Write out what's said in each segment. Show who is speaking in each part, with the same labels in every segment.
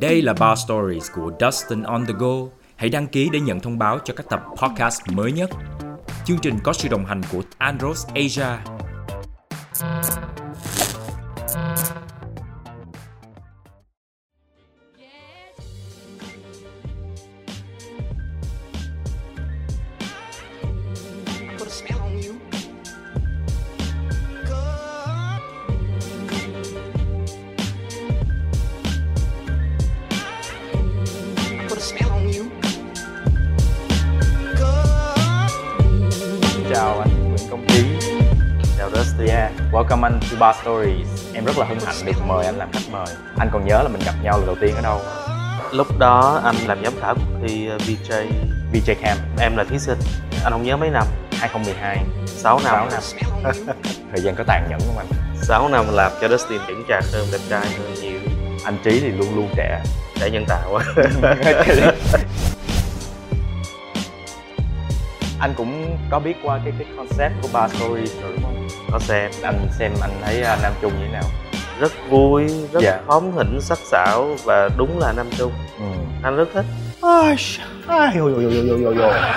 Speaker 1: Đây là Bar Stories của Dustin on the Go. Hãy đăng ký để nhận thông báo cho các tập podcast mới nhất. Chương trình có sự đồng hành của Andros Asia.
Speaker 2: put a spell on you. Good. Put a spell on you. Good.
Speaker 1: Chào anh Nguyễn Công Trí. Chào Dustia. Welcome anh to Bar Stories. Em rất là hân hạnh được mời anh làm khách mời. Anh còn nhớ là mình gặp nhau lần đầu tiên ở đâu?
Speaker 3: lúc đó anh làm giám khảo cuộc thi uh, VJ
Speaker 1: VJ Camp
Speaker 3: em là thí sinh anh không nhớ mấy năm
Speaker 1: 2012.
Speaker 3: 6
Speaker 1: Sáu
Speaker 3: năm
Speaker 1: năm.
Speaker 2: Spell on you.
Speaker 1: Thời gian có tàn nhẫn không anh?
Speaker 3: 6 năm làm cho Dustin chững chạc hơn đẹp trai hơn nhiều
Speaker 1: Anh Trí thì luôn luôn trẻ.
Speaker 3: để nhân tạo
Speaker 1: anh cũng có biết qua cái cái concept của Bar Stories rồi đúng không?
Speaker 3: nó xem
Speaker 1: Anh xem anh thấy à, Nam Trung như thế nào?
Speaker 3: rất vui rất
Speaker 1: Dạ.
Speaker 3: hóm hỉnh sắc sảo và đúng là Nam Trung
Speaker 1: Ừ.
Speaker 3: anh rất thích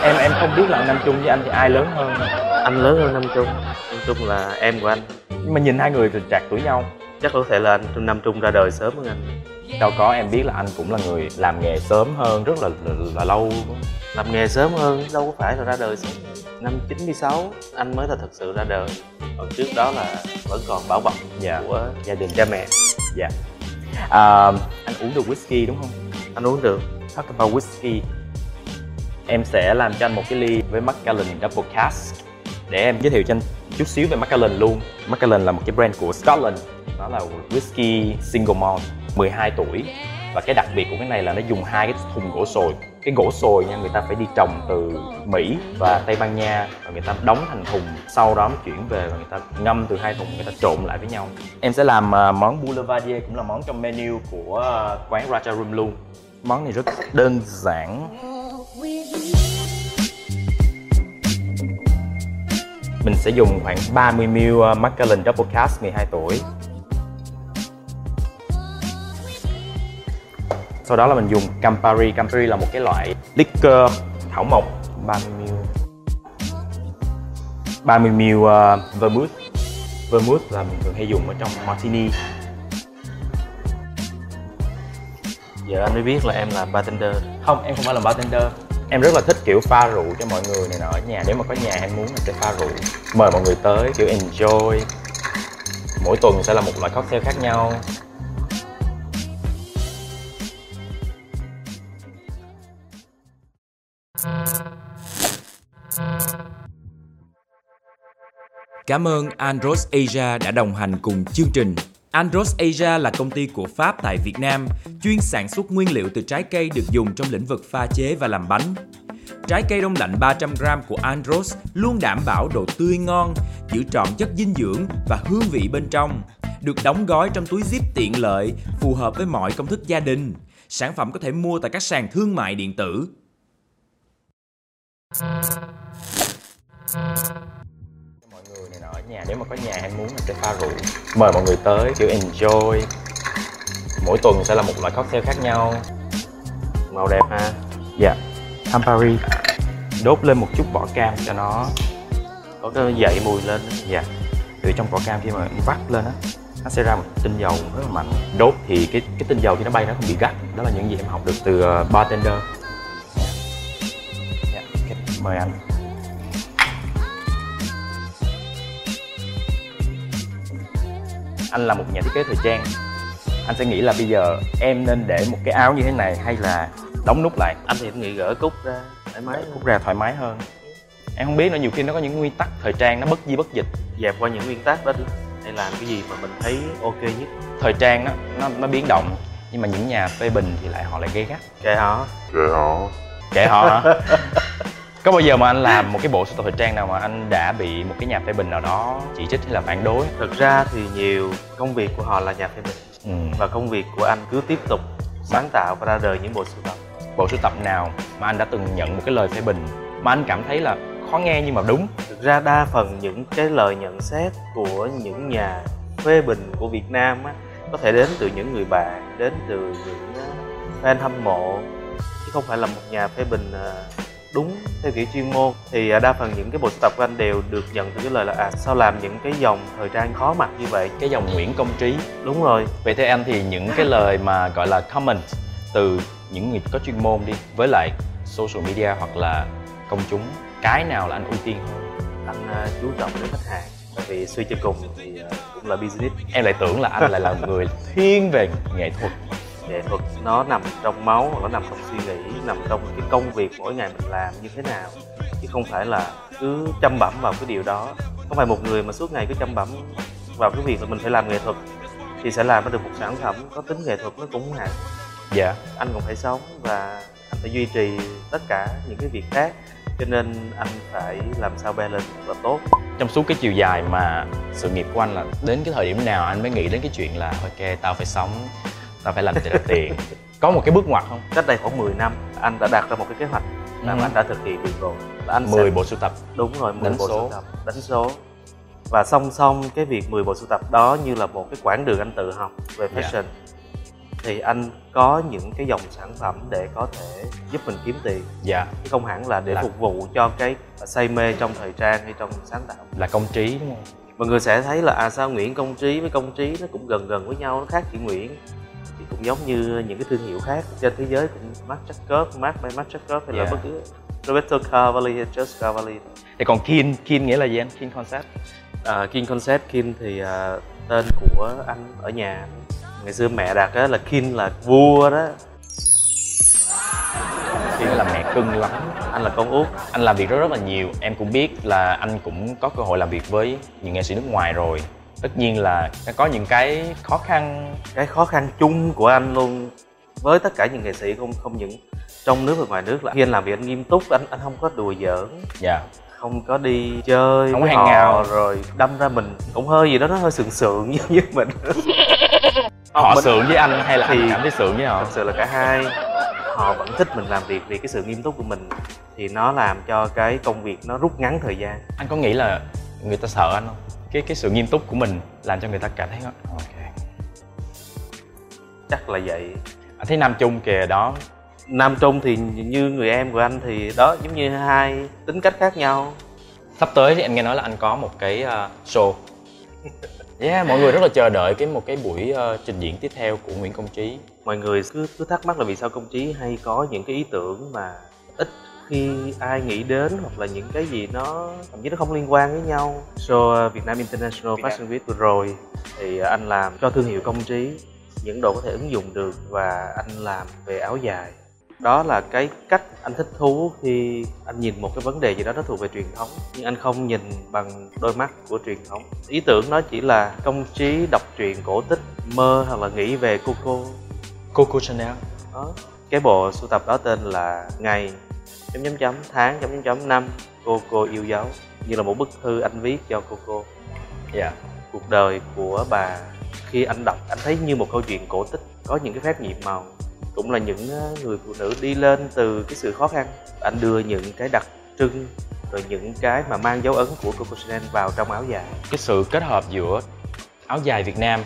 Speaker 1: em em không biết là anh Nam Trung với anh thì ai lớn hơn
Speaker 3: anh lớn hơn Nam Trung Nam Trung là em của anh
Speaker 1: nhưng mà nhìn hai người thì trạc tuổi nhau
Speaker 3: chắc có thể là anh Nam Trung ra đời sớm hơn anh
Speaker 1: đâu có em biết là anh cũng là người làm nghề sớm hơn rất là là, là lâu
Speaker 3: làm nghề sớm hơn đâu có phải là ra đời sớm hơn. năm 96 anh mới là thật sự ra đời còn trước đó là vẫn còn bảo bọc
Speaker 1: dạ
Speaker 3: của gia đình cha mẹ
Speaker 1: dạ à, anh uống được whisky đúng không
Speaker 3: anh uống được
Speaker 1: talk about whisky em sẽ làm cho anh một cái ly với Macallan Double Cask để em giới thiệu cho anh chút xíu về Macallan luôn Macallan là một cái brand của Scotland nó là whisky single malt 12 tuổi và cái đặc biệt của cái này là nó dùng hai cái thùng gỗ sồi cái gỗ sồi nha người ta phải đi trồng từ Mỹ và Tây Ban Nha và người ta đóng thành thùng sau đó mới chuyển về và người ta ngâm từ hai thùng người ta trộn lại với nhau em sẽ làm à, món boulevardier cũng là món trong menu của à, quán Raja Room luôn món này rất đơn giản mình sẽ dùng khoảng 30 ml uh, Macallan Double Cask 12 tuổi. Sau đó là mình dùng Campari. Campari là một cái loại liquor thảo mộc 30 ml. 30 ml uh, vermouth. Vermouth là mình thường hay dùng ở trong martini.
Speaker 3: giờ anh mới biết là em là bartender
Speaker 1: Không, em không phải làm bartender. Em rất là thích kiểu pha rượu cho mọi người này nọ ở nhà. Nếu mà có nhà em muốn mình sẽ pha rượu. Mời mọi người tới kiểu enjoy. Mỗi tuần sẽ là một loại cocktail khác nhau. Cảm ơn Andros Asia đã đồng hành cùng chương trình. Andros Asia là công ty của Pháp tại Việt Nam, chuyên sản xuất nguyên liệu từ trái cây được dùng trong lĩnh vực pha chế và làm bánh. Trái cây đông lạnh 300g của Andros luôn đảm bảo độ tươi ngon, giữ trọn chất dinh dưỡng và hương vị bên trong. Được đóng gói trong túi zip tiện lợi, phù hợp với mọi công thức gia đình. Sản phẩm có thể mua tại các sàn thương mại điện tử. mọi người này nọ ở nhà nếu mà có nhà em muốn mình sẽ pha rượu mời mọi người tới kiểu enjoy mỗi tuần sẽ là một loại cocktail khác nhau
Speaker 3: màu đẹp ha
Speaker 1: dạ Campari đốt lên một chút vỏ cam cho nó
Speaker 3: có cái dậy mùi lên đó.
Speaker 1: dạ từ trong vỏ cam khi mà em vắt lên á nó sẽ ra một tinh dầu rất là mạnh đốt thì cái cái tinh dầu khi nó bay nó không bị gắt đó là những gì em học được từ ờ, bartender dạ. Dạ. mời anh anh là một nhà thiết kế thời trang anh sẽ nghĩ là bây giờ em nên để một cái áo như thế này hay là đóng nút lại
Speaker 3: anh thì em nghĩ gỡ cúc ra thoải mái
Speaker 1: cúc ra thoải mái hơn em không biết nữa nhiều khi nó có những nguyên tắc thời trang nó bất di bất dịch
Speaker 3: dẹp qua những nguyên tắc đó đi hay làm cái gì mà mình thấy ok nhất
Speaker 1: thời trang nó nó, nó biến động nhưng mà những nhà phê bình thì lại họ lại gây gắt
Speaker 3: kệ họ
Speaker 1: kệ họ hả có bao giờ mà anh làm một cái bộ sưu tập thời trang nào mà anh đã bị một cái nhà phê bình nào đó chỉ trích hay là phản đối
Speaker 3: thực ra thì nhiều công việc của họ là nhà phê bình
Speaker 1: ừ.
Speaker 3: và công việc của anh cứ tiếp tục sáng tạo và ra đời những bộ sưu tập
Speaker 1: bộ sưu tập nào mà anh đã từng nhận một cái lời phê bình mà anh cảm thấy là khó nghe nhưng mà đúng
Speaker 3: thực ra đa phần những cái lời nhận xét của những nhà phê bình của Việt Nam á có thể đến từ những người bạn đến từ những uh, fan hâm mộ chứ không phải là một nhà phê bình ờ, đúng theo kiểu chuyên môn thì ờ, đa phần những cái bộ sưu tập của anh đều được nhận từ cái lời là à sao làm những cái dòng thời trang khó mặc như vậy
Speaker 1: cái dòng Nguyễn Công Trí
Speaker 3: đúng rồi
Speaker 1: Vậy theo anh thì những cái lời mà gọi là comment từ những người có chuyên môn đi với lại social media hoặc là công chúng cái nào là anh ưu tiên hơn?
Speaker 3: anh ờ, chú trọng đến khách hàng tại vì suy cho cùng thì ờ, cũng là business
Speaker 1: Em lại tưởng là anh lại là một người thiên về nghệ thuật
Speaker 3: nghệ thuật nó nằm trong máu nó nằm trong suy nghĩ nằm trong cái công việc mỗi ngày mình làm như thế nào chứ không phải là cứ chăm bẩm vào cái điều đó không phải một người mà suốt ngày cứ chăm bẩm vào cái việc là mình phải làm nghệ thuật thì sẽ làm ra được một sản phẩm có tính nghệ thuật nó cũng không hẳn
Speaker 1: Dạ
Speaker 3: anh còn phải sống và anh phải duy trì tất cả những cái việc khác cho nên anh phải làm sao balance thật là tốt
Speaker 1: Trong suốt cái chiều dài mà sự nghiệp của anh là đến cái thời điểm nào anh mới nghĩ đến cái chuyện là Ok tao phải sống, tao phải làm ra tiền Có một cái bước ngoặt không?
Speaker 3: cách đây khoảng 10 năm anh đã đặt ra một cái kế hoạch mà
Speaker 1: Ừ.
Speaker 3: anh đã thực hiện được rồi là anh sẽ
Speaker 1: 10 bộ sưu tập
Speaker 3: đúng rồi 10
Speaker 1: Đánh
Speaker 3: bộ
Speaker 1: số.
Speaker 3: sưu tập đánh số và song song cái việc 10 bộ sưu tập đó như là một cái quãng đường anh tự học về
Speaker 1: Dạ.
Speaker 3: fashion thì anh có những cái dòng sản phẩm để có thể giúp mình kiếm tiền
Speaker 1: Dạ
Speaker 3: chứ không hẳn là để
Speaker 1: Là-
Speaker 3: phục vụ cho cái say mê trong thời trang hay trong sáng tạo
Speaker 1: là công trí đúng không?
Speaker 3: mọi người sẽ thấy là à sao Nguyễn Công Trí với Công Trí nó cũng gần gần với nhau nó khác chữ Nguyễn thì cũng giống như những cái thương hiệu khác trên thế giới cũng Marc Jacobs, Marc by Marc Jacobs hay
Speaker 1: Dạ.
Speaker 3: là bất cứ Roberto Cavalli hay Just Cavalli
Speaker 1: Thì còn Kin, Kin nghĩa là gì anh? Kin concept
Speaker 3: À, King Concept King thì à, tên của anh ở nhà ngày xưa mẹ đặt á, là King là vua đó
Speaker 1: Kin là mẹ cưng lắm
Speaker 3: anh là con út
Speaker 1: anh làm việc rất rất là nhiều em cũng biết là anh cũng có cơ hội làm việc với những nghệ sĩ nước ngoài rồi tất nhiên là nó có những cái khó khăn
Speaker 3: cái khó khăn chung của anh luôn với tất cả những nghệ sĩ không không những trong nước và ngoài nước là khi anh làm việc anh nghiêm túc anh anh không có đùa giỡn
Speaker 1: dạ
Speaker 3: không có đi chơi
Speaker 1: Không
Speaker 3: với
Speaker 1: hang
Speaker 3: họ,
Speaker 1: ngào.
Speaker 3: rồi đâm ra mình cũng hơi gì đó nó hơi sượng sượng như, như mình
Speaker 1: họ
Speaker 3: Ờ, mình-
Speaker 1: sượng với anh hay là
Speaker 3: Thì-
Speaker 1: anh cảm thấy sượng với họ
Speaker 3: thật sự là cả hai họ vẫn thích mình làm việc vì cái sự nghiêm túc của mình thì nó làm cho cái công việc nó rút ngắn thời gian
Speaker 1: anh có nghĩ là người ta sợ anh không cái cái sự nghiêm túc của mình làm cho người ta cảm thấy ok
Speaker 3: chắc là vậy
Speaker 1: anh thấy nam chung kìa đó
Speaker 3: Nam Trung thì như người em của anh thì đó giống như hai tính cách khác nhau
Speaker 1: sắp tới thì anh nghe nói là anh có một cái ờ, show yeah mọi người rất là chờ đợi cái một cái buổi ờ, trình diễn tiếp theo của nguyễn công trí
Speaker 3: mọi người cứ cứ thắc mắc là vì sao công trí hay có những cái ý tưởng mà ít khi ai nghĩ đến hoặc là những cái gì nó thậm chí nó không liên quan với nhau show Việt Nam International
Speaker 1: Việt Nam.
Speaker 3: Fashion Week vừa rồi thì ờ, anh làm cho thương hiệu công trí những đồ có thể ứng dụng được và anh làm về áo dài đó là cái cách anh thích thú khi anh nhìn một cái vấn đề gì đó nó thuộc về truyền thống nhưng anh không nhìn bằng đôi mắt của truyền thống ý tưởng nó chỉ là công trí đọc truyện cổ tích mơ hoặc là nghĩ về coco
Speaker 1: coco chanel
Speaker 3: đó cái bộ sưu tập đó tên là ngày chấm chấm chấm tháng chấm chấm chấm năm cô cô yêu dấu như là một bức thư anh viết cho cô cô
Speaker 1: dạ
Speaker 3: cuộc đời của bà khi anh đọc anh thấy như một câu chuyện cổ tích có những cái phép nhiệm màu cũng là những ờ, người phụ nữ đi lên từ cái sự khó khăn anh đưa những cái đặc trưng rồi những cái mà mang dấu ấn của Coco Chanel vào trong áo dài
Speaker 1: cái sự kết hợp giữa áo dài Việt Nam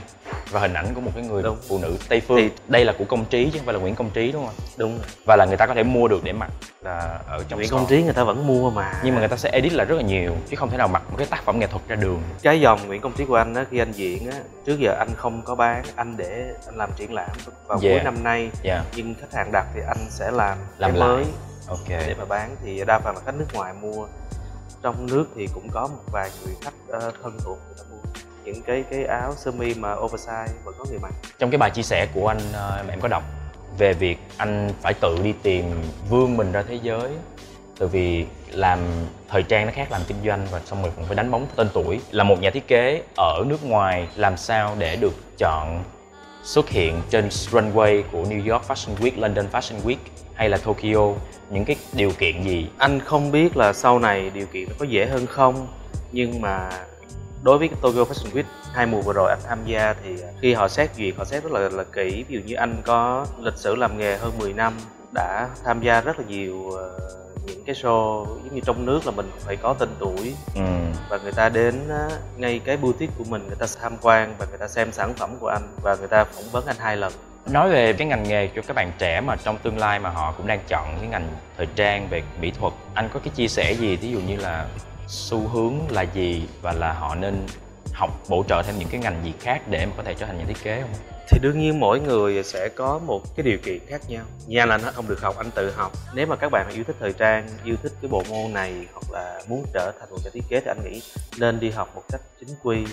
Speaker 1: và hình ảnh của một cái người
Speaker 3: Đúng.
Speaker 1: phụ nữ Tây phương
Speaker 3: Thì-
Speaker 1: đây là của Công Trí chứ không phải là Nguyễn Công Trí đúng không ạ?
Speaker 3: đúng rồi.
Speaker 1: và là người ta có thể mua được để mặc là ở trong
Speaker 3: Nguyễn
Speaker 1: store.
Speaker 3: Công Trí người ta vẫn mua mà
Speaker 1: nhưng mà người ta sẽ edit là rất là nhiều chứ không thể nào mặc một cái tác phẩm nghệ thuật ra đường
Speaker 3: cái dòng Nguyễn Công Trí của anh á, khi anh diễn á, trước giờ anh không có bán anh để anh làm triển lãm vào cuối
Speaker 1: Yeah.
Speaker 3: năm nay
Speaker 1: dạ
Speaker 3: nhưng khách hàng đặt thì anh sẽ làm,
Speaker 1: Làm lại.
Speaker 3: cái
Speaker 1: Dạ.
Speaker 3: mới để
Speaker 1: ok
Speaker 3: mà bán thì đa phần là khách nước ngoài mua trong nước thì cũng có một vài người khách ờ, thân thuộc người ta mua những cái cái áo sơ mi mà oversize vẫn có người mặc
Speaker 1: trong cái bài chia sẻ của anh ờ, mà em có đọc về việc anh phải tự đi tìm vươn mình ra thế giới tại vì làm thời trang nó khác làm kinh doanh và xong rồi cũng phải đánh bóng tên tuổi là một nhà thiết kế ở nước ngoài làm sao để được chọn xuất hiện trên runway của New York Fashion Week, London Fashion Week hay là Tokyo những cái điều kiện gì
Speaker 3: anh không biết là sau này điều kiện nó có dễ hơn không nhưng mà đối với cái Tokyo Fashion Week hai mùa vừa rồi anh tham gia thì khi họ xét duyệt họ xét rất là là kỹ ví dụ như anh có lịch sử làm nghề hơn 10 năm đã tham gia rất là nhiều ờ, những cái show giống như trong nước là mình cũng phải có tên tuổi
Speaker 1: ừ.
Speaker 3: và người ta đến á, ngay cái boutique của mình người ta tham quan và người ta xem sản phẩm của anh và người ta phỏng vấn anh hai lần
Speaker 1: nói về cái ngành nghề cho các bạn trẻ mà trong tương lai mà họ cũng đang chọn cái ngành thời trang về mỹ thuật anh có cái chia sẻ gì thí dụ như là xu hướng là gì và là họ nên học bổ trợ thêm những cái ngành gì khác để mà có thể trở thành nhà thiết kế không
Speaker 3: thì đương nhiên mỗi người sẽ có một cái điều kiện khác nhau nhà là nó không được học anh tự học nếu mà các bạn yêu thích thời trang yêu thích cái bộ môn này hoặc là muốn trở thành một nhà thiết kế thì anh nghĩ nên đi học một cách chính quy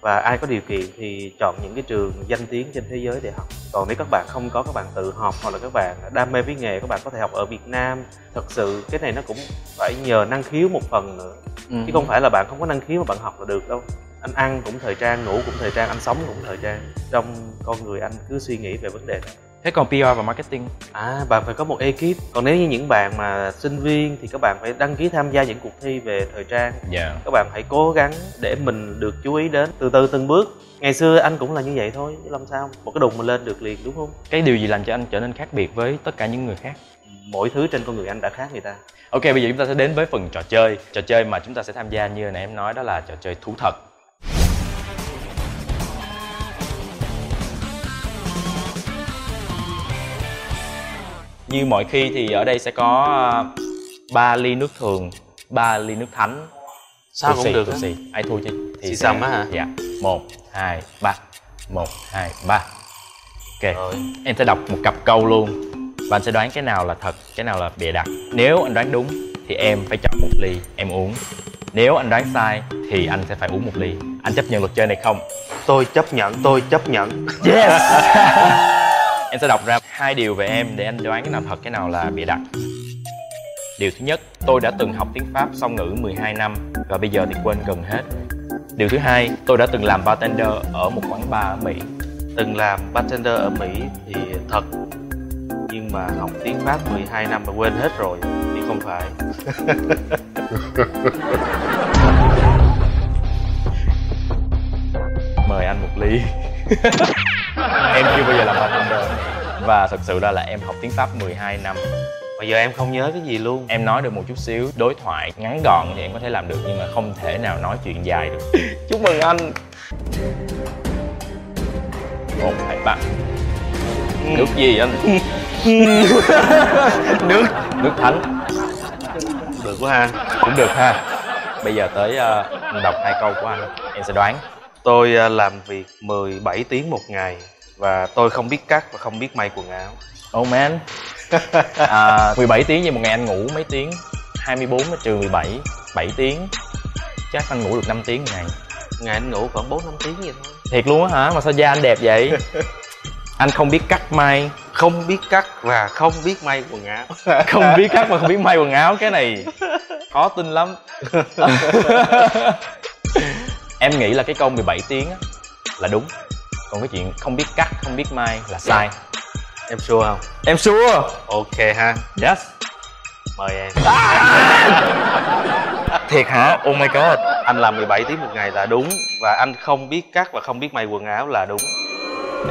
Speaker 3: và ai có điều kiện thì chọn những cái trường danh tiếng trên thế giới để học còn nếu các bạn không có các bạn tự học hoặc là các bạn đam mê với nghề các bạn có thể học ở việt nam thật sự cái này nó cũng phải nhờ năng khiếu một phần nữa chứ không phải là bạn không có năng khiếu mà bạn học là được đâu anh ăn cũng thời trang ngủ cũng thời trang anh sống cũng thời trang trong con người anh cứ suy nghĩ về vấn đề đó
Speaker 1: thế còn pr và marketing
Speaker 3: à bạn phải có một ekip còn nếu như những bạn mà sinh viên thì các bạn phải đăng ký tham gia những cuộc thi về thời trang
Speaker 1: dạ
Speaker 3: các bạn hãy cố gắng để mình được chú ý đến từ từ từng bước ngày xưa anh cũng là như vậy thôi chứ làm sao một cái đùng mà lên được liền đúng không
Speaker 1: cái điều gì làm cho anh trở nên khác biệt với tất cả những người khác
Speaker 3: mỗi thứ trên con người anh đã khác người ta
Speaker 1: Ok, bây giờ chúng ta sẽ đến với phần trò chơi Trò chơi mà chúng ta sẽ tham gia như nãy em nói đó là trò chơi thú thật Như mọi khi thì ở đây sẽ có ờ, ba ly nước thường, ba ly nước thánh
Speaker 3: Sao
Speaker 1: Tù
Speaker 3: cũng
Speaker 1: xì,
Speaker 3: được
Speaker 1: tù
Speaker 3: á.
Speaker 1: xì. Ai thua chứ?
Speaker 3: Xì xầm á hả?
Speaker 1: Dạ, một hai ba một hai ba Ok,
Speaker 3: rồi
Speaker 1: Em sẽ đọc một cặp câu luôn Và anh sẽ đoán cái nào là thật, cái nào là bịa đặt Nếu anh đoán đúng thì em phải chọn một ly, em uống Nếu anh đoán sai thì anh sẽ phải uống một ly Anh chấp nhận luật chơi này không?
Speaker 3: tôi chấp nhận tôi chấp nhận
Speaker 1: Yes! em sẽ đọc ra hai điều về em để anh đoán cái nào thật, cái nào là bịa đặt Điều thứ nhất, tôi đã từng học tiếng Pháp song ngữ 12 năm và bây giờ thì quên gần hết Điều thứ hai, tôi đã từng làm bartender ở một quán bar ở Mỹ
Speaker 3: từng làm bartender ở Mỹ thì thật nhưng mà học tiếng Pháp 12 năm mà quên hết rồi thì không phải
Speaker 1: mời anh một ly em chưa bao giờ làm bartender và thật sự ra là em học tiếng pháp 12 năm
Speaker 3: bây giờ em không nhớ cái gì luôn
Speaker 1: em nói được một chút xíu đối thoại ngắn gọn thì em có thể làm được nhưng mà không thể nào nói chuyện dài được chúc mừng anh một hai ba nước gì anh nước nước thánh
Speaker 3: được quá ha
Speaker 1: cũng được ha bây giờ tới ờ, đọc hai câu của anh em sẽ đoán
Speaker 3: tôi à, làm việc 17 tiếng một ngày và tôi không biết cắt và không biết may quần áo
Speaker 1: Oh man à, 17 tiếng vậy một ngày anh ngủ mấy tiếng 24 mà trừ 17 7 tiếng Chắc anh ngủ được 5 tiếng một ngày
Speaker 3: ngày anh ngủ khoảng 4 5 tiếng vậy thôi
Speaker 1: Thiệt luôn á hả? Mà sao da anh đẹp vậy? Anh không biết cắt may
Speaker 3: không biết cắt và không biết may quần áo
Speaker 1: Không biết cắt mà không biết may quần áo Cái này khó tin lắm Em nghĩ là cái câu 17 tiếng á, là đúng Còn cái chuyện không biết cắt, không biết may là sai
Speaker 3: em sure không
Speaker 1: Dạ. Em sure
Speaker 3: ok ha
Speaker 1: Yes
Speaker 3: mời em
Speaker 1: Thiệt hả? Oh my god
Speaker 3: anh làm 17 tiếng một ngày là đúng và anh không biết cắt và không biết may quần áo là đúng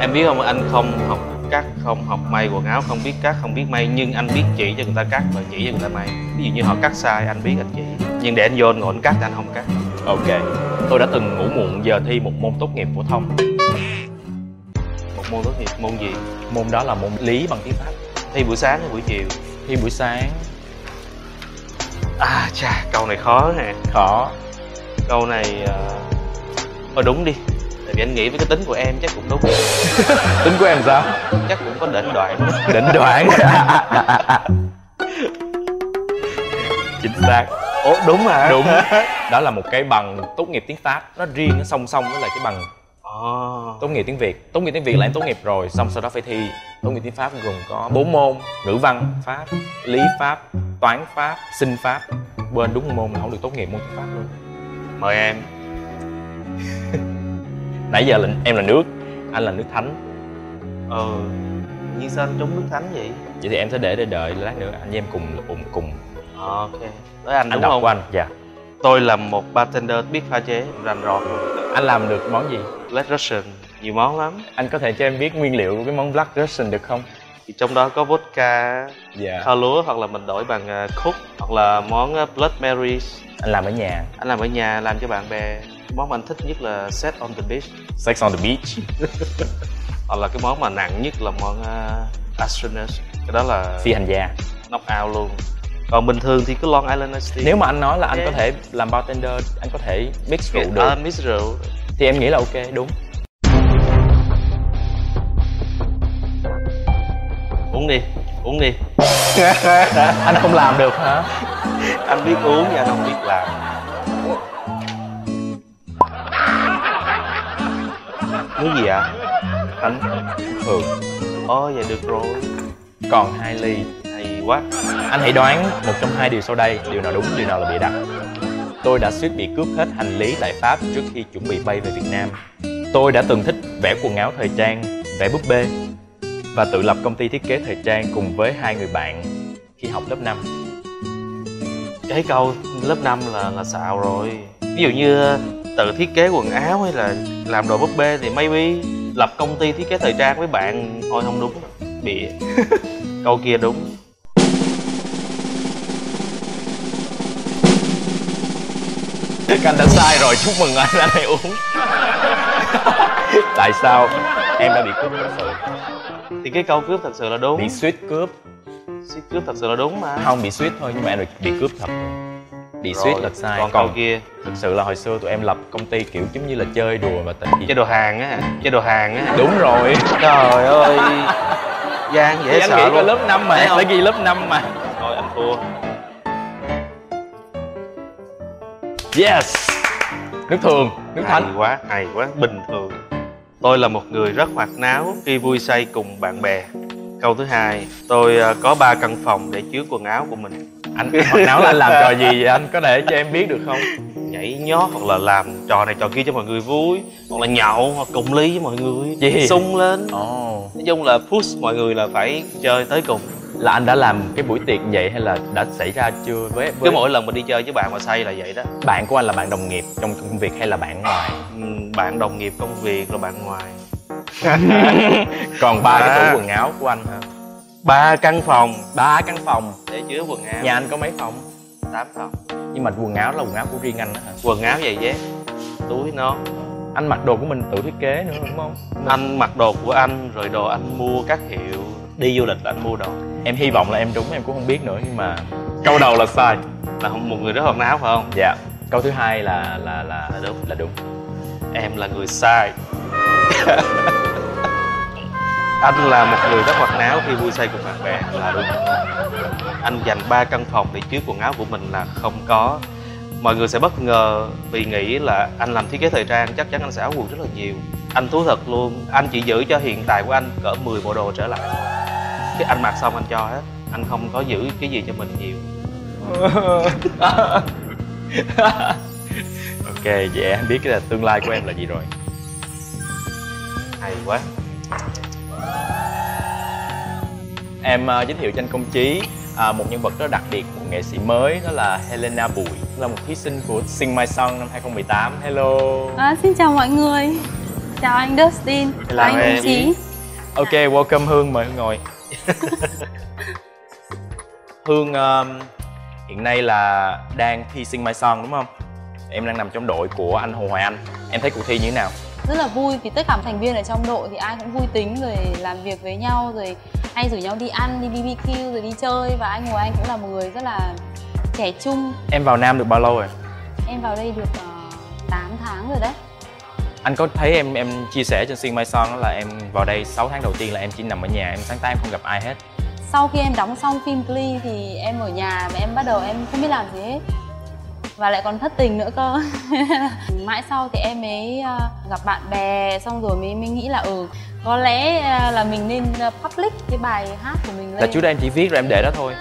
Speaker 3: em biết không anh không học cắt không học may quần áo không biết cắt không biết may nhưng anh biết chỉ cho người ta cắt và chỉ cho người ta may ví dụ như họ cắt sai anh biết anh chỉ nhưng để anh vô anh ngồi anh cắt thì anh không cắt
Speaker 1: Ok, tôi đã từng ngủ muộn giờ thi một môn tốt nghiệp phổ thông
Speaker 3: một môn tốt nghiệp môn gì
Speaker 1: Môn đó là môn lý bằng tiếng Pháp
Speaker 3: thi buổi sáng hay buổi chiều
Speaker 1: Thi buổi sáng
Speaker 3: à chà câu này khó nè
Speaker 1: khó
Speaker 3: câu này ờ thôi đúng đi tại vì anh nghĩ với cái tính của em chắc cũng đúng
Speaker 1: Tính của em sao?
Speaker 3: chắc cũng có đỉnh đoạn
Speaker 1: Định đoạn Chính xác
Speaker 3: ủa đúng hả
Speaker 1: Đúng Đó là một cái bằng tốt nghiệp tiếng Pháp Nó riêng, nó song song với lại cái bằng
Speaker 3: Ồ.
Speaker 1: tốt nghiệp tiếng Việt Tốt nghiệp tiếng Việt là em tốt nghiệp rồi Xong sau đó phải thi Tốt nghiệp tiếng Pháp gồm có bốn môn Ngữ văn Pháp, lý Pháp, toán Pháp, sinh Pháp Bên đúng một môn là không được tốt nghiệp môn tiếng Pháp luôn
Speaker 3: mời em
Speaker 1: Nãy giờ là em là nước, anh là nước thánh
Speaker 3: ừ như sao anh trúng nước thánh vậy
Speaker 1: Vậy thì em sẽ để để đợi lát nữa anh với em cùng cùng cùng
Speaker 3: Ờ, ok tới
Speaker 1: anh
Speaker 3: anh đúng
Speaker 1: đọc
Speaker 3: không
Speaker 1: của anh Dạ
Speaker 3: tôi là một bartender biết pha chế rành rọt
Speaker 1: Anh làm được món gì?
Speaker 3: black russian nhiều món lắm
Speaker 1: Anh có thể cho em biết nguyên liệu của cái món Black Russian được không?
Speaker 3: thì trong đó có vodka
Speaker 1: dạ
Speaker 3: kho lúa hoặc là mình đổi bằng à, cook hoặc là món à, blood marys
Speaker 1: anh làm ở nhà
Speaker 3: anh làm ở nhà làm cho bạn bè món mà anh thích nhất là set on the beach
Speaker 1: sex on the beach
Speaker 3: hoặc là cái món mà nặng nhất là món uh, astronaut cái đó là
Speaker 1: phi hành gia
Speaker 3: knock out luôn còn bình thường thì cứ long island iced tea
Speaker 1: nếu mà anh nói là anh
Speaker 3: Ok.
Speaker 1: có thể làm bartender anh có thể mix
Speaker 3: Cái-
Speaker 1: rượu được
Speaker 3: à, mix rượu
Speaker 1: thì em nghĩ là ok đúng
Speaker 3: uống đi uống đi
Speaker 1: anh không làm được hả
Speaker 3: anh biết uống nhưng anh không biết làm muốn gì ạ anh
Speaker 1: thường
Speaker 3: ồ vậy được rồi
Speaker 1: Ừ. còn hai ly
Speaker 3: hay quá
Speaker 1: anh hãy đoán một trong hai điều sau đây điều nào đúng điều nào là bịa đặt tôi đã suýt bị cướp hết hành lý tại pháp trước khi chuẩn bị bay về việt nam tôi đã từng thích vẽ quần áo thời trang vẽ búp bê và tự lập công ty thiết kế thời trang cùng với hai người bạn khi học lớp 5
Speaker 3: cái câu lớp 5 là là xạo rồi ví dụ như ờ, tự thiết kế quần áo hay là làm đồ búp bê thì maybe lập công ty thiết kế thời trang với bạn thôi không đúng bịa câu kia đúng
Speaker 1: anh đã sai rồi chúc mừng anh anh hãy uống tại sao em đã bị cướp thật sự
Speaker 3: thì cái câu cướp thật sự là đúng
Speaker 1: bị suýt cướp
Speaker 3: Suýt cướp thật sự là đúng mà
Speaker 1: không bị suýt thôi nhưng mà em được bị cướp thật rồi. bị
Speaker 3: Rồi,
Speaker 1: suýt là sai
Speaker 3: còn, câu kia
Speaker 1: thực sự là hồi xưa tụi em lập công ty kiểu giống như là chơi đùa và tình
Speaker 3: chơi đồ hàng á hả? chơi đồ hàng á hả?
Speaker 1: đúng rồi
Speaker 3: trời ơi gian dễ
Speaker 1: Thì anh
Speaker 3: sợ
Speaker 1: nghĩ là
Speaker 3: luôn
Speaker 1: lớp 5 mà
Speaker 3: Thấy không?
Speaker 1: phải ghi lớp 5 mà
Speaker 3: thôi anh thua
Speaker 1: yes nước thường nước
Speaker 3: hay
Speaker 1: thánh
Speaker 3: quá hay quá bình thường tôi là một người rất hoạt náo khi vui say cùng bạn bè câu thứ hai tôi ờ, có ba căn phòng để chứa quần áo của mình
Speaker 1: anh hồi não là anh làm trò gì vậy anh có thể cho em biết được không
Speaker 3: nhảy nhót hoặc là làm trò này trò kia cho mọi người vui hoặc là nhậu hoặc cùng ly với mọi người
Speaker 1: Gì?
Speaker 3: sung lên
Speaker 1: ồ oh.
Speaker 3: nói chung là push mọi người là phải chơi tới cùng
Speaker 1: là anh đã làm cái buổi tiệc vậy hay là đã xảy ra chưa với với
Speaker 3: cứ mỗi lần mình đi chơi với bạn mà say là vậy đó
Speaker 1: bạn của anh là bạn đồng nghiệp trong công việc hay là bạn ngoài
Speaker 3: Ừm, Ừ, bạn đồng nghiệp công việc rồi bạn ngoài
Speaker 1: còn ba cái
Speaker 3: À.
Speaker 1: tủ quần áo của anh hả
Speaker 3: ba căn phòng Dạ.
Speaker 1: ba căn phòng
Speaker 3: để chứa quần áo
Speaker 1: nhà anh có mấy phòng
Speaker 3: 8 phòng
Speaker 1: nhưng mà quần áo là quần áo của riêng anh đó hả
Speaker 3: quần áo giày dép túi nón
Speaker 1: anh mặc đồ của mình tự thiết kế nữa đúng không
Speaker 3: anh mặc đồ của anh rồi đồ anh mua các hiệu đi du lịch là anh mua đồ
Speaker 1: em hy vọng là em đúng em cũng không biết nữa nhưng mà câu đầu là sai
Speaker 3: là không một người rất hồn áo phải không
Speaker 1: dạ câu thứ hai là là là
Speaker 3: Là đúng.
Speaker 1: là đúng
Speaker 3: em là người sai anh là một người rất hoạt náo khi vui say cùng bạn bè là đúng anh dành ba căn phòng để chứa quần áo của mình là không có mọi người sẽ bất ngờ vì nghĩ là anh làm thiết kế thời trang chắc chắn anh sẽ áo quần rất là nhiều anh thú thật luôn anh chỉ giữ cho hiện tại của anh cỡ 10 bộ đồ trở lại cái anh mặc xong anh cho hết anh không có giữ cái gì cho mình nhiều
Speaker 1: ok vậy em biết là tương lai của em là gì rồi
Speaker 3: hay quá
Speaker 1: em ờ, giới thiệu trên công chí à, một nhân vật rất đặc biệt một nghệ sĩ mới đó là Helena Bùi là một thí sinh của Sing My Song năm 2018 hello
Speaker 4: À, xin chào mọi người Chào anh Dustin
Speaker 3: Hello
Speaker 4: Chào anh
Speaker 3: em.
Speaker 4: Hùng Chí
Speaker 1: ok welcome Hương mời Hương ngồi Hương um, hiện nay là đang thi Sing My Song đúng không em đang nằm trong đội của anh Hồ Hoài Anh em thấy cuộc thi như thế nào
Speaker 4: Rất là vui vì tất cả thành viên ở trong đội thì ai cũng vui tính rồi làm việc với nhau rồi hay rủ nhau đi ăn, đi BBQ rồi đi chơi và anh ngồi anh cũng là một người rất là trẻ trung
Speaker 1: em vào Nam được bao lâu rồi
Speaker 4: Em vào đây được ờ, 8 tháng rồi đấy
Speaker 1: anh có thấy em em chia sẻ trên Sing My Song đó là em vào đây 6 tháng đầu tiên là em chỉ nằm ở nhà em sáng tác em không gặp ai hết
Speaker 4: Sau khi em đóng xong phim Glee thì em ở nhà và em bắt đầu em không biết làm gì hết và lại còn thất tình nữa cơ mãi sau thì em mới ờ, gặp bạn bè xong rồi mới mới nghĩ là ừ có lẽ ờ, là mình nên ờ, public cái bài hát của mình lên
Speaker 1: là trước đây em chỉ viết rồi em để đó thôi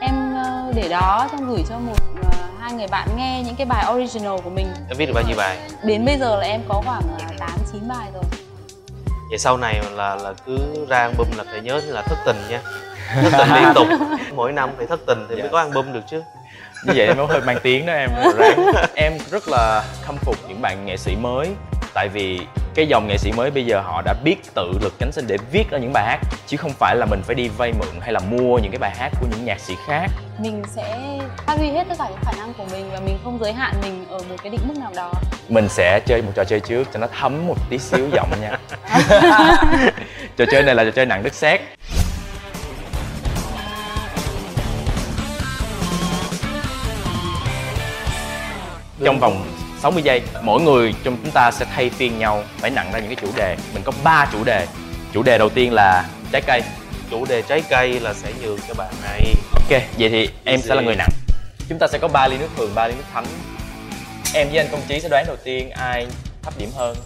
Speaker 4: em ờ, để đó xong gửi cho một ờ, hai người bạn nghe những cái bài original của mình
Speaker 3: em viết được bao nhiêu bài
Speaker 4: đến bây giờ là em có khoảng ờ, tám chín bài rồi
Speaker 3: vậy sau này là là cứ ra album là phải nhớ là thất tình nha thất tình liên tục mỗi năm phải thất tình thì mới
Speaker 1: Dạ.
Speaker 3: có album được chứ
Speaker 1: như vậy nó hơi mang tiếng đó em ráng em rất là khâm phục những bạn nghệ sĩ mới tại vì cái dòng nghệ sĩ mới bây giờ họ đã biết tự lực cánh sinh để viết ra những bài hát chứ không phải là mình phải đi vay mượn hay là mua những cái bài hát của những nhạc sĩ khác
Speaker 4: mình sẽ phát huy hết tất cả những khả năng của mình và mình không giới hạn mình ở một cái định mức nào đó
Speaker 1: mình sẽ chơi một trò chơi trước cho nó thấm một tí xíu giọng nha trò chơi này là trò chơi nặng đất sét trong vòng 60 giây mỗi người trong chúng ta sẽ thay phiên nhau phải nặng ra những cái chủ đề mình có 3 chủ đề chủ đề đầu tiên là trái cây
Speaker 3: chủ đề trái cây là sẽ nhường cho bạn này
Speaker 1: ok vậy thì em sẽ là người nặng chúng ta sẽ có 3 ly nước thường 3 ly nước thánh em với anh công chí sẽ đoán đầu tiên ai thấp điểm hơn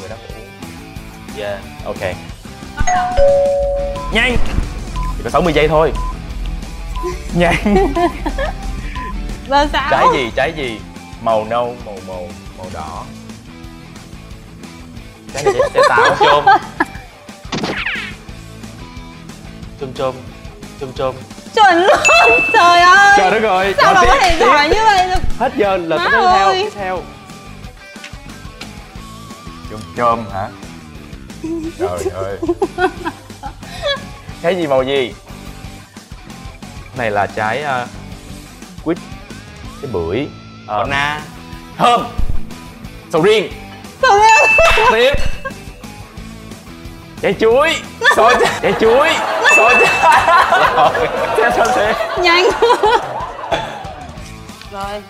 Speaker 1: người đó phải uống
Speaker 3: yeah
Speaker 1: ok nhanh chỉ có 60 giây thôi nhanh
Speaker 4: và sao
Speaker 1: trái gì trái gì màu nâu màu màu màu đỏ trái này trái- trái táo chôm
Speaker 3: chôm chôm chôm chôm
Speaker 4: chuẩn luôn trời ơi
Speaker 1: trời đất ơi
Speaker 4: sao
Speaker 1: Rồi,
Speaker 4: nó
Speaker 1: tiếp,
Speaker 4: có thể
Speaker 1: tiếp.
Speaker 4: giỏi như vậy được
Speaker 1: hết giờ là
Speaker 4: Má
Speaker 1: tiếp theo
Speaker 4: ơi.
Speaker 1: tiếp theo chôm chôm hả trời ơi cái gì màu gì này là trái ờ, quýt cái bưởi Ờ,
Speaker 3: na
Speaker 1: thơm sầu riêng
Speaker 4: Sầu riêng.
Speaker 1: tiếp trái chuối xôi trái- trái chuối xôi trái Rồi, tiếp theo tiếp
Speaker 4: nhanh rồi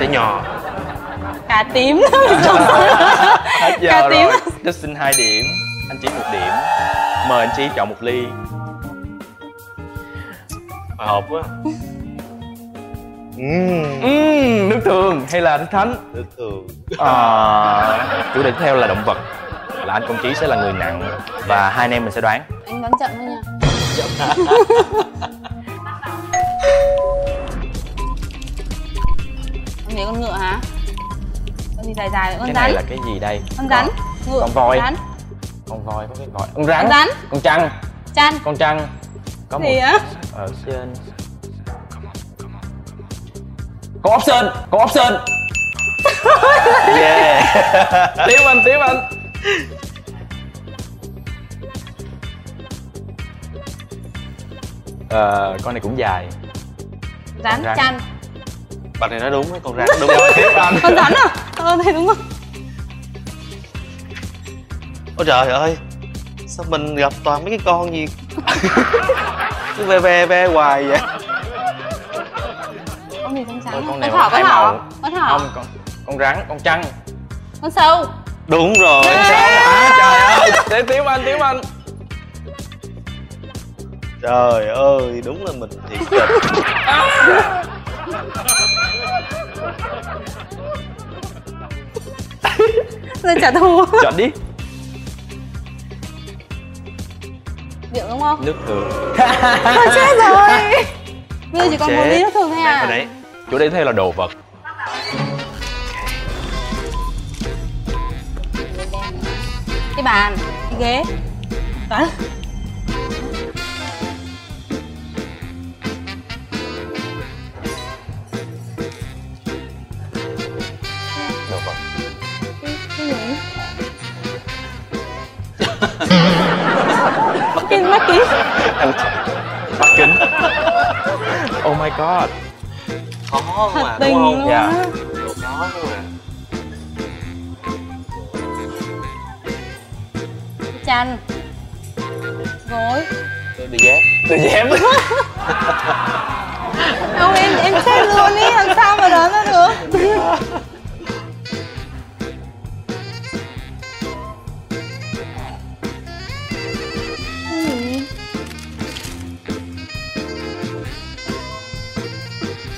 Speaker 3: trái nhỏ
Speaker 4: cà tím
Speaker 1: hết
Speaker 4: cà
Speaker 1: giờ
Speaker 4: tím à?
Speaker 1: rồi đức xin hai điểm anh chỉ một điểm mời anh chi chọn một ly
Speaker 3: hòa hợp quá Ừm,
Speaker 1: Ừm, nước thường hay là nước thánh
Speaker 3: được thường
Speaker 1: à, chủ đề tiếp theo là động vật là anh công chí sẽ là người nặng và hai anh em mình sẽ đoán
Speaker 4: anh đoán chậm thôi nha con gì con ngựa hả con gì dài dài vậy? con
Speaker 1: cái này
Speaker 4: rắn
Speaker 1: là cái gì đây
Speaker 4: con rắn ngựa
Speaker 1: con voi.
Speaker 4: rắn
Speaker 1: con voi có cái voi con rắn
Speaker 4: Con rắn.
Speaker 1: con trăng
Speaker 4: chăn
Speaker 1: con trăng có
Speaker 4: gì
Speaker 1: một
Speaker 4: á
Speaker 1: ở trên con ốc sên con ốc sên yeah tiếp anh tiếp anh ờ con này cũng dài
Speaker 4: rắn
Speaker 1: rắn.
Speaker 4: chăn
Speaker 3: bạn này nói đúng hay con rắn
Speaker 1: đúng rồi tiếp anh
Speaker 4: con rắn à ờ thế đúng không
Speaker 3: ôi trời ơi sao mình gặp toàn mấy cái con gì cứ ve ve ve hoài vậy
Speaker 4: con gì con trắng
Speaker 1: Ôi,
Speaker 4: à?
Speaker 1: con
Speaker 4: con
Speaker 1: này
Speaker 4: thỏ
Speaker 1: là
Speaker 4: con
Speaker 1: hai
Speaker 4: thỏ
Speaker 1: màu.
Speaker 4: con
Speaker 1: không
Speaker 4: thỏ
Speaker 1: con con rắn con trăng
Speaker 4: con sâu
Speaker 3: đúng rồi
Speaker 1: à, trời ơi để tiếp anh tiếp anh
Speaker 3: trời ơi đúng là mình thiệt tình
Speaker 4: rồi trả thù
Speaker 1: chọn đi
Speaker 4: điệu đúng không
Speaker 1: nước thường
Speaker 4: chết rồi bây giờ chỉ còn một
Speaker 3: Chết.
Speaker 4: ly nước thường thôi
Speaker 3: Nè, hồi
Speaker 4: à
Speaker 3: nãy
Speaker 1: chủ đề tiếp theo là đồ vật
Speaker 4: cái bàn cái ghế Toán.
Speaker 1: đồ vật
Speaker 4: cái cái gì
Speaker 1: mặt kính oh my god
Speaker 3: khó
Speaker 4: thật
Speaker 3: mà đúng
Speaker 4: tình
Speaker 3: không
Speaker 4: luôn
Speaker 1: Dạ.
Speaker 4: á
Speaker 3: khó mà Dạ.
Speaker 4: chăn gối
Speaker 3: tôi bị giác
Speaker 1: tôi dám
Speaker 4: không em em chết luôn ý làm sao mà đoán ra được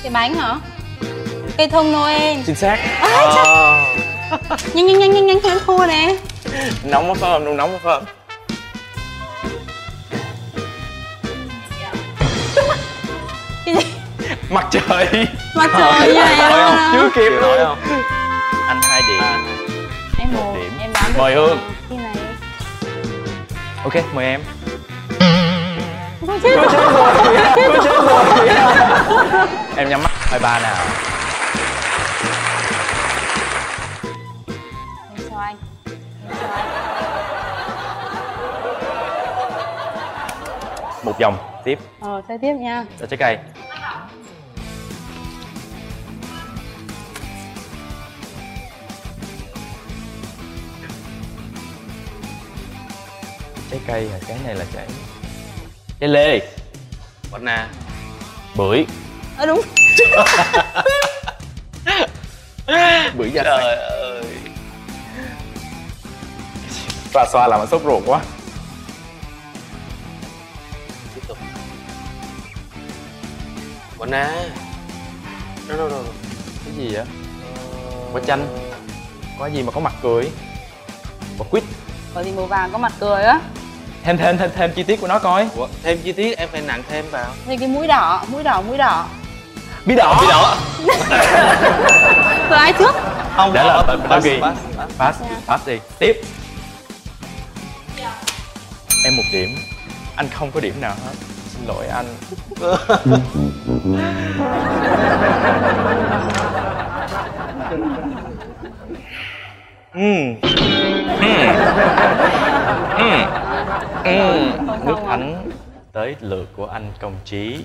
Speaker 4: cái bánh hả cây thông noel
Speaker 1: chính xác À.
Speaker 3: Ờ,
Speaker 4: nhanh nhanh nhanh nhanh nhanh nhanh khô nè
Speaker 1: nóng quá phải không nung nóng quá phải không
Speaker 4: cái gì
Speaker 1: mặt trời
Speaker 4: mặt trời như này
Speaker 1: Thôi
Speaker 4: luôn
Speaker 1: không
Speaker 4: á.
Speaker 1: chưa kịp
Speaker 3: chịu nổi
Speaker 1: luôn
Speaker 3: không
Speaker 1: anh hai điểm
Speaker 4: em
Speaker 1: một
Speaker 4: một
Speaker 1: điểm.
Speaker 4: em đoán được
Speaker 1: Mời Hương.
Speaker 4: cái này
Speaker 1: ok mời em
Speaker 4: Ôi, chết rồi.
Speaker 1: em nhắm mắt hai ba nào
Speaker 4: cho anh cho anh
Speaker 1: một vòng tiếp
Speaker 4: ờ chơi tiếp nha
Speaker 1: Rồi Dạ, trái cây trái cây hả cái này là trái trái lê
Speaker 3: banana
Speaker 1: bưởi
Speaker 4: ờ đúng
Speaker 1: bưởi da trời ơi xoa xoa làm anh sốt ruột quá
Speaker 3: tiếp tục banana no no no
Speaker 1: cái gì vậy quả chanh có gì mà có mặt cười quả quýt
Speaker 4: có gì màu vàng có mặt cười á
Speaker 1: thêm thêm thêm thêm chi tiết của nó coi
Speaker 3: Ủa, thêm chi tiết em phải nặng thêm vào
Speaker 4: thì cái mũi đỏ mũi đỏ mũi đỏ
Speaker 1: bí đỏ bí đỏ
Speaker 4: rồi ai trước
Speaker 3: không
Speaker 1: để là
Speaker 3: không,
Speaker 1: tại
Speaker 3: Ờ, pass,
Speaker 1: vì
Speaker 3: pass, pass.
Speaker 1: pass
Speaker 4: Yeah.
Speaker 1: pass đi tiếp
Speaker 4: Dạ.
Speaker 1: em một điểm anh không có điểm nào hết xin lỗi anh
Speaker 3: Ừm,
Speaker 1: nước thánh tới lượt của anh công trí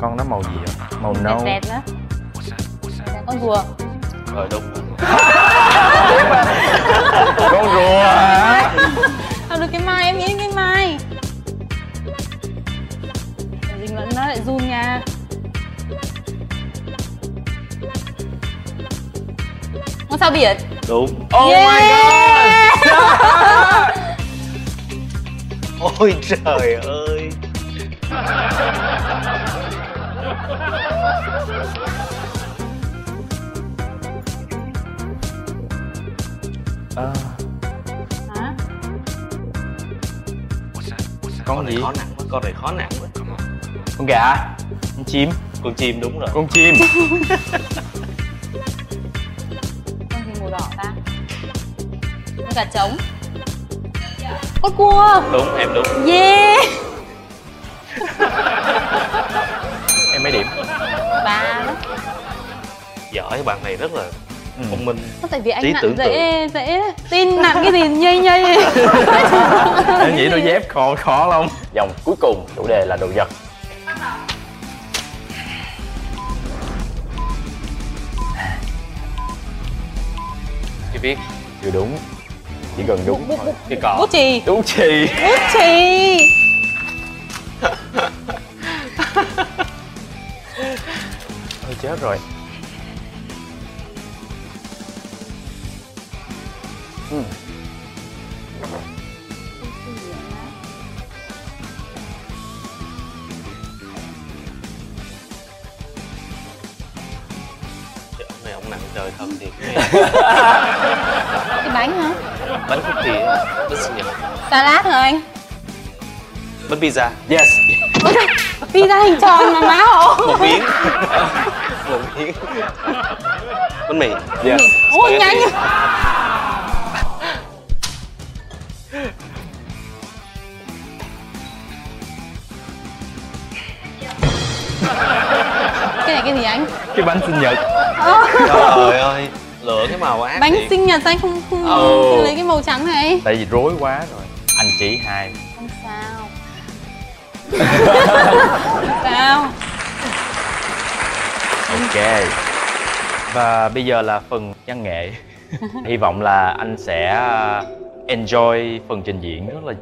Speaker 1: con nó màu gì vậy màu
Speaker 4: đẹp
Speaker 1: nâu
Speaker 4: đẹp nữa con rùa
Speaker 1: Ờ,
Speaker 3: rồi đúng
Speaker 1: con rùa hả?
Speaker 4: Thôi được cái mai em nghĩ cái mai Dính lẫn nó lại run nha Con sao biển
Speaker 3: đúng
Speaker 1: oh my god
Speaker 3: ôi trời ơi
Speaker 1: Ờ,
Speaker 4: Hả?
Speaker 1: con gì
Speaker 3: khó nặng quá con này khó nặng quá
Speaker 1: con gà con chim
Speaker 3: con chim đúng rồi
Speaker 1: con chim
Speaker 4: Con gì màu đỏ ta Con gà trống Con cua
Speaker 3: đúng em đúng
Speaker 4: Yeah
Speaker 1: em mấy điểm
Speaker 4: Ba đó
Speaker 3: giỏi bạn này rất là
Speaker 1: Ừ.
Speaker 3: thông minh
Speaker 4: Có tại vì
Speaker 3: Trí
Speaker 4: anh nặng
Speaker 3: tưởng
Speaker 4: dễ dễ Tin nặng cái gì nhây nhây
Speaker 1: em nghĩ đôi dép khó khó không dòng cuối cùng chủ đề là đồ vật
Speaker 3: chị biết
Speaker 1: chưa đúng chỉ gần đúng thôi.
Speaker 3: cái cỏ
Speaker 4: Bút chì
Speaker 1: đúng chì
Speaker 4: Bút chì
Speaker 1: Ôi chết rồi ừ.
Speaker 3: Trời, ông này ông nặng trời thật thiệt
Speaker 4: Cái bánh hả?
Speaker 3: bánh cookie bánh sinh nhật
Speaker 4: Salad hả anh?
Speaker 3: bánh pizza
Speaker 1: yes
Speaker 4: Pizza hình tròn mà má hộ
Speaker 3: một miếng một miếng bánh mì
Speaker 1: yes
Speaker 4: Ôi nhanh Cái này cái gì anh?
Speaker 1: cái bánh sinh nhật
Speaker 3: trời ơi lựa cái màu ác
Speaker 4: Bánh
Speaker 3: thiệt.
Speaker 4: sinh nhật anh không, không,
Speaker 1: Ồ.
Speaker 4: không lấy cái màu trắng này
Speaker 1: tại vì rối quá rồi anh chỉ hai
Speaker 4: Không sao Không sao
Speaker 1: ok và bây giờ là phần văn nghệ hy vọng là anh sẽ ờ, enjoy phần trình diễn rất là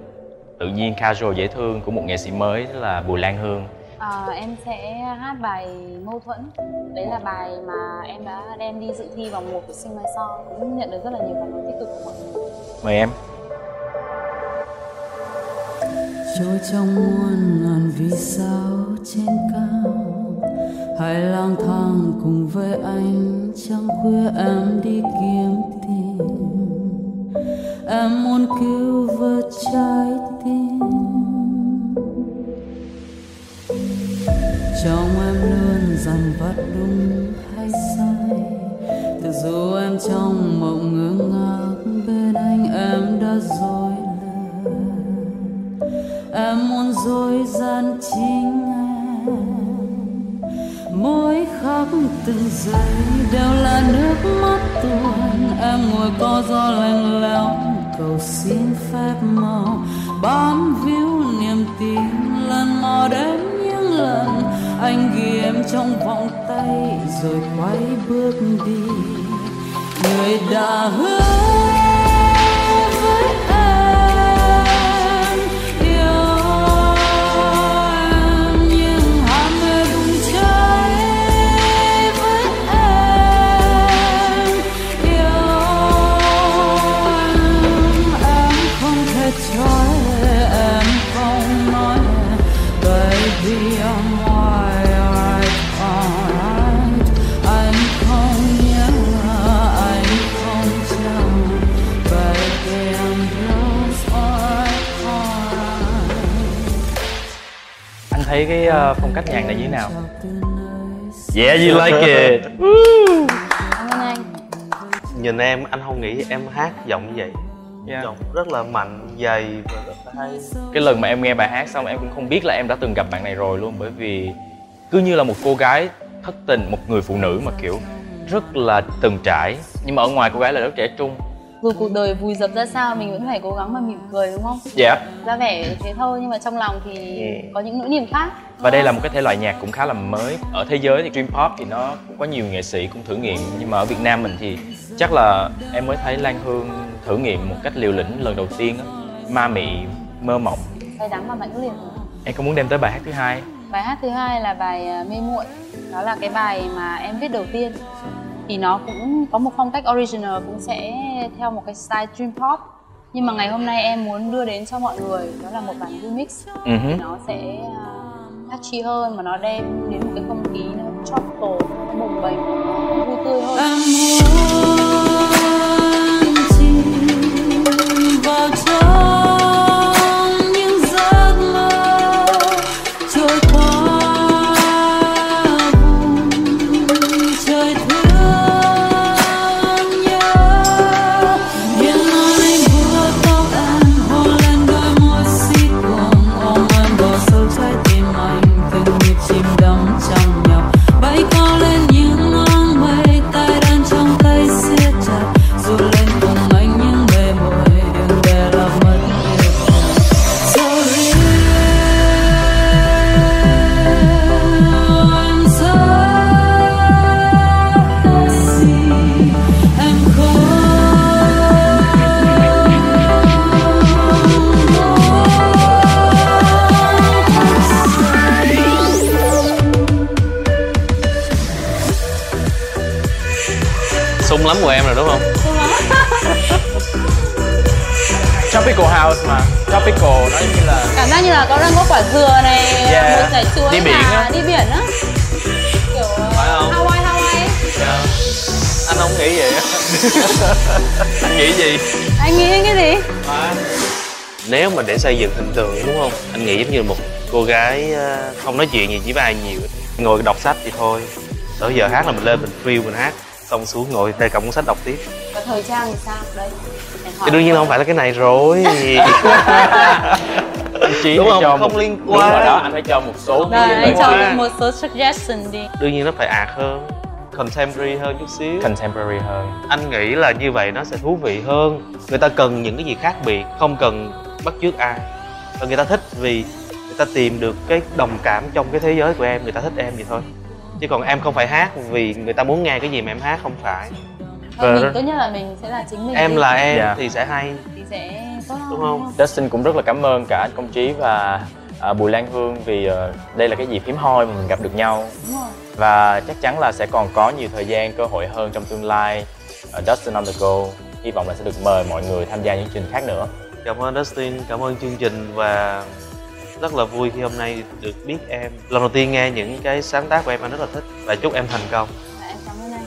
Speaker 1: tự nhiên casual dễ thương của một nghệ sĩ mới đó là bùi lan hương
Speaker 4: Ờ, Em sẽ hát bài Mâu Thuẫn Đấy là bài mà em đã đem đi dự thi vòng 1 của Sing My Song Cũng nhận được rất là nhiều phản ứng tích cực của mọi người
Speaker 1: mời em
Speaker 5: trôi trong muôn ngàn vì sao trên cao hãy lang thang cùng với anh trăng khuya em đi kiếm tìm em muốn cứu vớt trái tim trong em luôn dằn vặt đúng hay sai Tự dù em trong mộng ngơ ngác bên anh em đã dối lời em muốn dối gian chính em mỗi khắc từng giây đều là nước mắt tuôn em ngồi co do lạnh lẽo cầu xin phép màu bám víu niềm tin lần mò đến những lần anh ghi em trong vòng tay rồi quay bước đi người đã hứa với em yêu em nhưng ham mê bùng cháy với em yêu em em không thể trói em không nói baby I'm alright alright anh không nhớ anh không chờ baby I'm just alright alright
Speaker 3: anh thấy cái ờ, phong cách nhạc này như thế nào
Speaker 5: Chào từ nơi
Speaker 1: Yeah, you like it.
Speaker 4: Cảm ơn anh
Speaker 3: nhìn em anh không nghĩ em hát giọng như vậy
Speaker 1: Dạ.
Speaker 3: giọng rất là mạnh dày và rất là hay
Speaker 1: Cái lần mà em nghe bài hát xong em cũng không biết là em đã từng gặp bạn này rồi luôn bởi vì cứ như là một cô gái thất tình, một người phụ nữ mà kiểu rất là từng trải nhưng mà ở ngoài cô gái là rất trẻ trung.
Speaker 4: dù cuộc đời vùi dập ra sao mình vẫn phải cố gắng mà mỉm cười đúng không
Speaker 1: Dạ.
Speaker 4: ra vẻ thế thôi nhưng mà trong lòng thì
Speaker 3: Ừ.
Speaker 4: có những nỗi niềm khác
Speaker 1: Và đây là một cái thể loại nhạc cũng khá là mới Ở thế giới thì Dream Pop thì nó cũng có nhiều nghệ sĩ cũng thử nghiệm Nhưng mà ở Việt Nam mình thì chắc là em mới thấy Lan Hương thử nghiệm một cách liều lĩnh lần đầu tiên á Ma mị, mơ mộng
Speaker 4: cay đắng mà mạnh cũng liền
Speaker 1: Em có muốn đem tới bài hát thứ hai
Speaker 4: bài hát thứ hai là bài à, mê muội đó là cái bài mà em viết đầu tiên thì nó cũng có một phong cách original cũng sẽ theo một cái style dream pop nhưng mà ngày hôm nay em muốn đưa đến cho mọi người đó là một bản remix
Speaker 1: Ừ hứ.
Speaker 4: nó sẽ uh, catchy hơn mà nó đem đến một cái không khí nó tropical nó bồng bềnh nó vui tươi hơn
Speaker 5: em muốn chìm vào trong những giấc mơ trôi qua vùng trời thương nhớ những ai vuốt tóc em hôn lên đôi môi si cuồng ôm em vào sâu trái tim anh từng nhịp chìm đắm trong nhọc bay cao lên những ngang mây tay đan trong tay siết chặt dù lên cùng anh những bề môi đừng để làm mất yêu thương. Sorry I'm sorry em không muốn
Speaker 3: sung lắm của em rồi đúng không
Speaker 1: Tropical House mà Tropical nó như là
Speaker 4: cảm giác như là có đang có quả dừa này
Speaker 1: Yeah.
Speaker 4: một giải chuối
Speaker 1: Đi biển
Speaker 4: là
Speaker 1: á.
Speaker 4: đi biển á kiểu uh,
Speaker 3: Phải không?
Speaker 4: Hawaii Hawaii
Speaker 3: anh không nghĩ vậy á.
Speaker 1: Anh nghĩ gì?
Speaker 4: anh nghĩ cái gì
Speaker 3: nếu mà để xây dựng hình tượng đúng không anh nghĩ giống như một cô gái ờ, không nói chuyện gì chỉ bài nhiều ngồi đọc sách thì thôi đó giờ hát là mình lên mình feel mình hát xong xuống ngồi tay cầm cuốn sách đọc tiếp
Speaker 4: và thời trang thì sao đây Em hỏi.
Speaker 3: thì đương nhiên là không phải là cái này rồi
Speaker 1: Chí
Speaker 3: Đúng
Speaker 1: phải
Speaker 3: không?
Speaker 1: cho
Speaker 3: Không
Speaker 1: một-
Speaker 3: liên
Speaker 1: đúng rồi
Speaker 3: quan.
Speaker 1: đó, anh phải cho một số
Speaker 4: Rồi, anh
Speaker 3: cho
Speaker 4: cho
Speaker 3: qua.
Speaker 4: một số suggestion đi
Speaker 3: đương nhiên nó phải ạt hơn contemporary hơn chút xíu
Speaker 1: Contemporary hơn
Speaker 3: anh nghĩ là như vậy nó sẽ thú vị hơn người ta cần những cái gì khác biệt không cần bắt chước ai và người ta thích vì người ta tìm được cái đồng cảm trong cái thế giới của em người ta thích em vậy thôi chứ còn em không phải hát vì người ta muốn nghe cái gì mà em hát không phải
Speaker 4: Thôi
Speaker 3: Vâng.
Speaker 4: mình tốt nhất là mình sẽ là chính mình
Speaker 3: em
Speaker 4: đi.
Speaker 3: là em
Speaker 1: Dạ.
Speaker 3: thì sẽ hay
Speaker 4: thì sẽ tốt hơn
Speaker 3: Đúng không?
Speaker 1: Dustin cũng rất là cảm ơn cả anh Công Trí và à, Bùi Lan Hương vì ờ, đây là cái dịp hiếm hoi mà mình gặp được nhau
Speaker 4: đúng rồi
Speaker 1: và chắc chắn là sẽ còn có nhiều thời gian cơ hội hơn trong tương lai ở Dustin on the go hy vọng là sẽ được mời mọi người tham gia những chương trình khác nữa
Speaker 3: cảm ơn Dustin cảm ơn chương trình và rất là vui khi hôm nay được biết em lần đầu tiên nghe những cái sáng tác của em anh rất là thích và chúc em thành công
Speaker 4: Dạ, em cảm ơn anh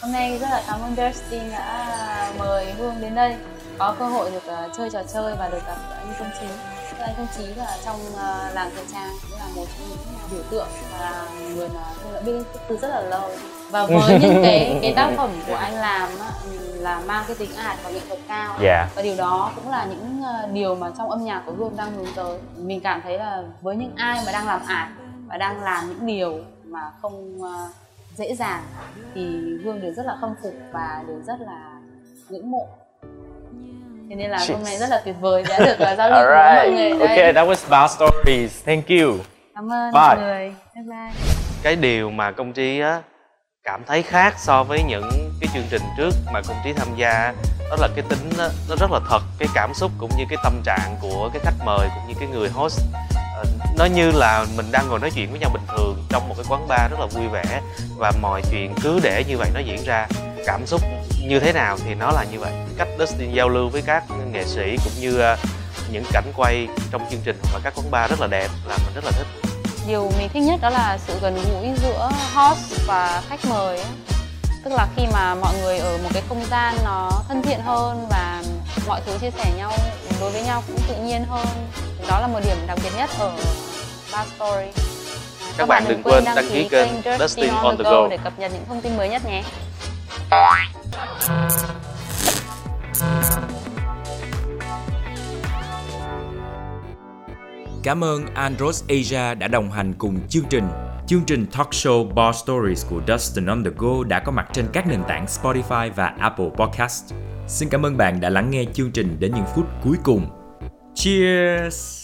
Speaker 4: hôm nay rất là cảm ơn Justin đã à, mời Hương đến đây có cơ hội được ờ, chơi trò chơi và được gặp anh Công Trí Tức là anh Công Trí là trong ờ, làng thời trang cũng là một trong những biểu tượng và là người mà Hương đã biết đến từ rất là lâu và với những cái cái tác phẩm của anh làm á, là mang cái tính art và nghệ thuật cao
Speaker 1: Dạ.
Speaker 4: và điều đó cũng là những ờ, điều mà trong âm nhạc của Hương đang hướng tới mình cảm thấy là với những ai mà đang làm art và đang làm những điều mà không ờ, dễ dàng thì Hương đều rất là khâm phục và đều rất là ngưỡng mộ thế nên là hôm nay rất là tuyệt vời đã được ờ, giao lưu với mọi người
Speaker 1: Alright.
Speaker 4: đây
Speaker 1: Okay, that was Bar Stories. Thank you.
Speaker 4: cảm ơn
Speaker 1: Bye.
Speaker 4: mọi người bye bye
Speaker 3: cái điều mà công trí á, cảm thấy khác so với những cái chương trình trước mà công trí tham gia đó là cái tính á, nó rất là thật cái cảm xúc cũng như cái tâm trạng của cái khách mời cũng như cái người host Ờ, nó như là mình đang ngồi nói chuyện với nhau bình thường trong một cái quán bar rất là vui vẻ và mọi chuyện cứ để như vậy nó diễn ra cảm xúc như thế nào thì nó là như vậy cách Dustin giao lưu với các nghệ sĩ cũng như ờ, những cảnh quay trong chương trình và các quán bar rất là đẹp là mình rất là thích
Speaker 4: điều mình thích nhất đó là sự gần gũi giữa host và khách mời ấy. tức là khi mà mọi người ở một cái không gian nó thân thiện hơn và mọi thứ chia sẻ nhau đối với nhau cũng tự nhiên hơn đó là một điểm đặc biệt nhất ở Bar Story các,
Speaker 3: bạn đừng quên đăng ký kênh Dustin on the Go
Speaker 4: để cập nhật những thông tin mới nhất nhé
Speaker 6: Cảm ơn Andros Asia đã đồng hành cùng chương trình. Chương trình talk show Bar Stories của Dustin on the Go đã có mặt trên các nền tảng Spotify và Apple Podcast. Xin cảm ơn bạn đã lắng nghe chương trình đến những phút cuối cùng. Cheers!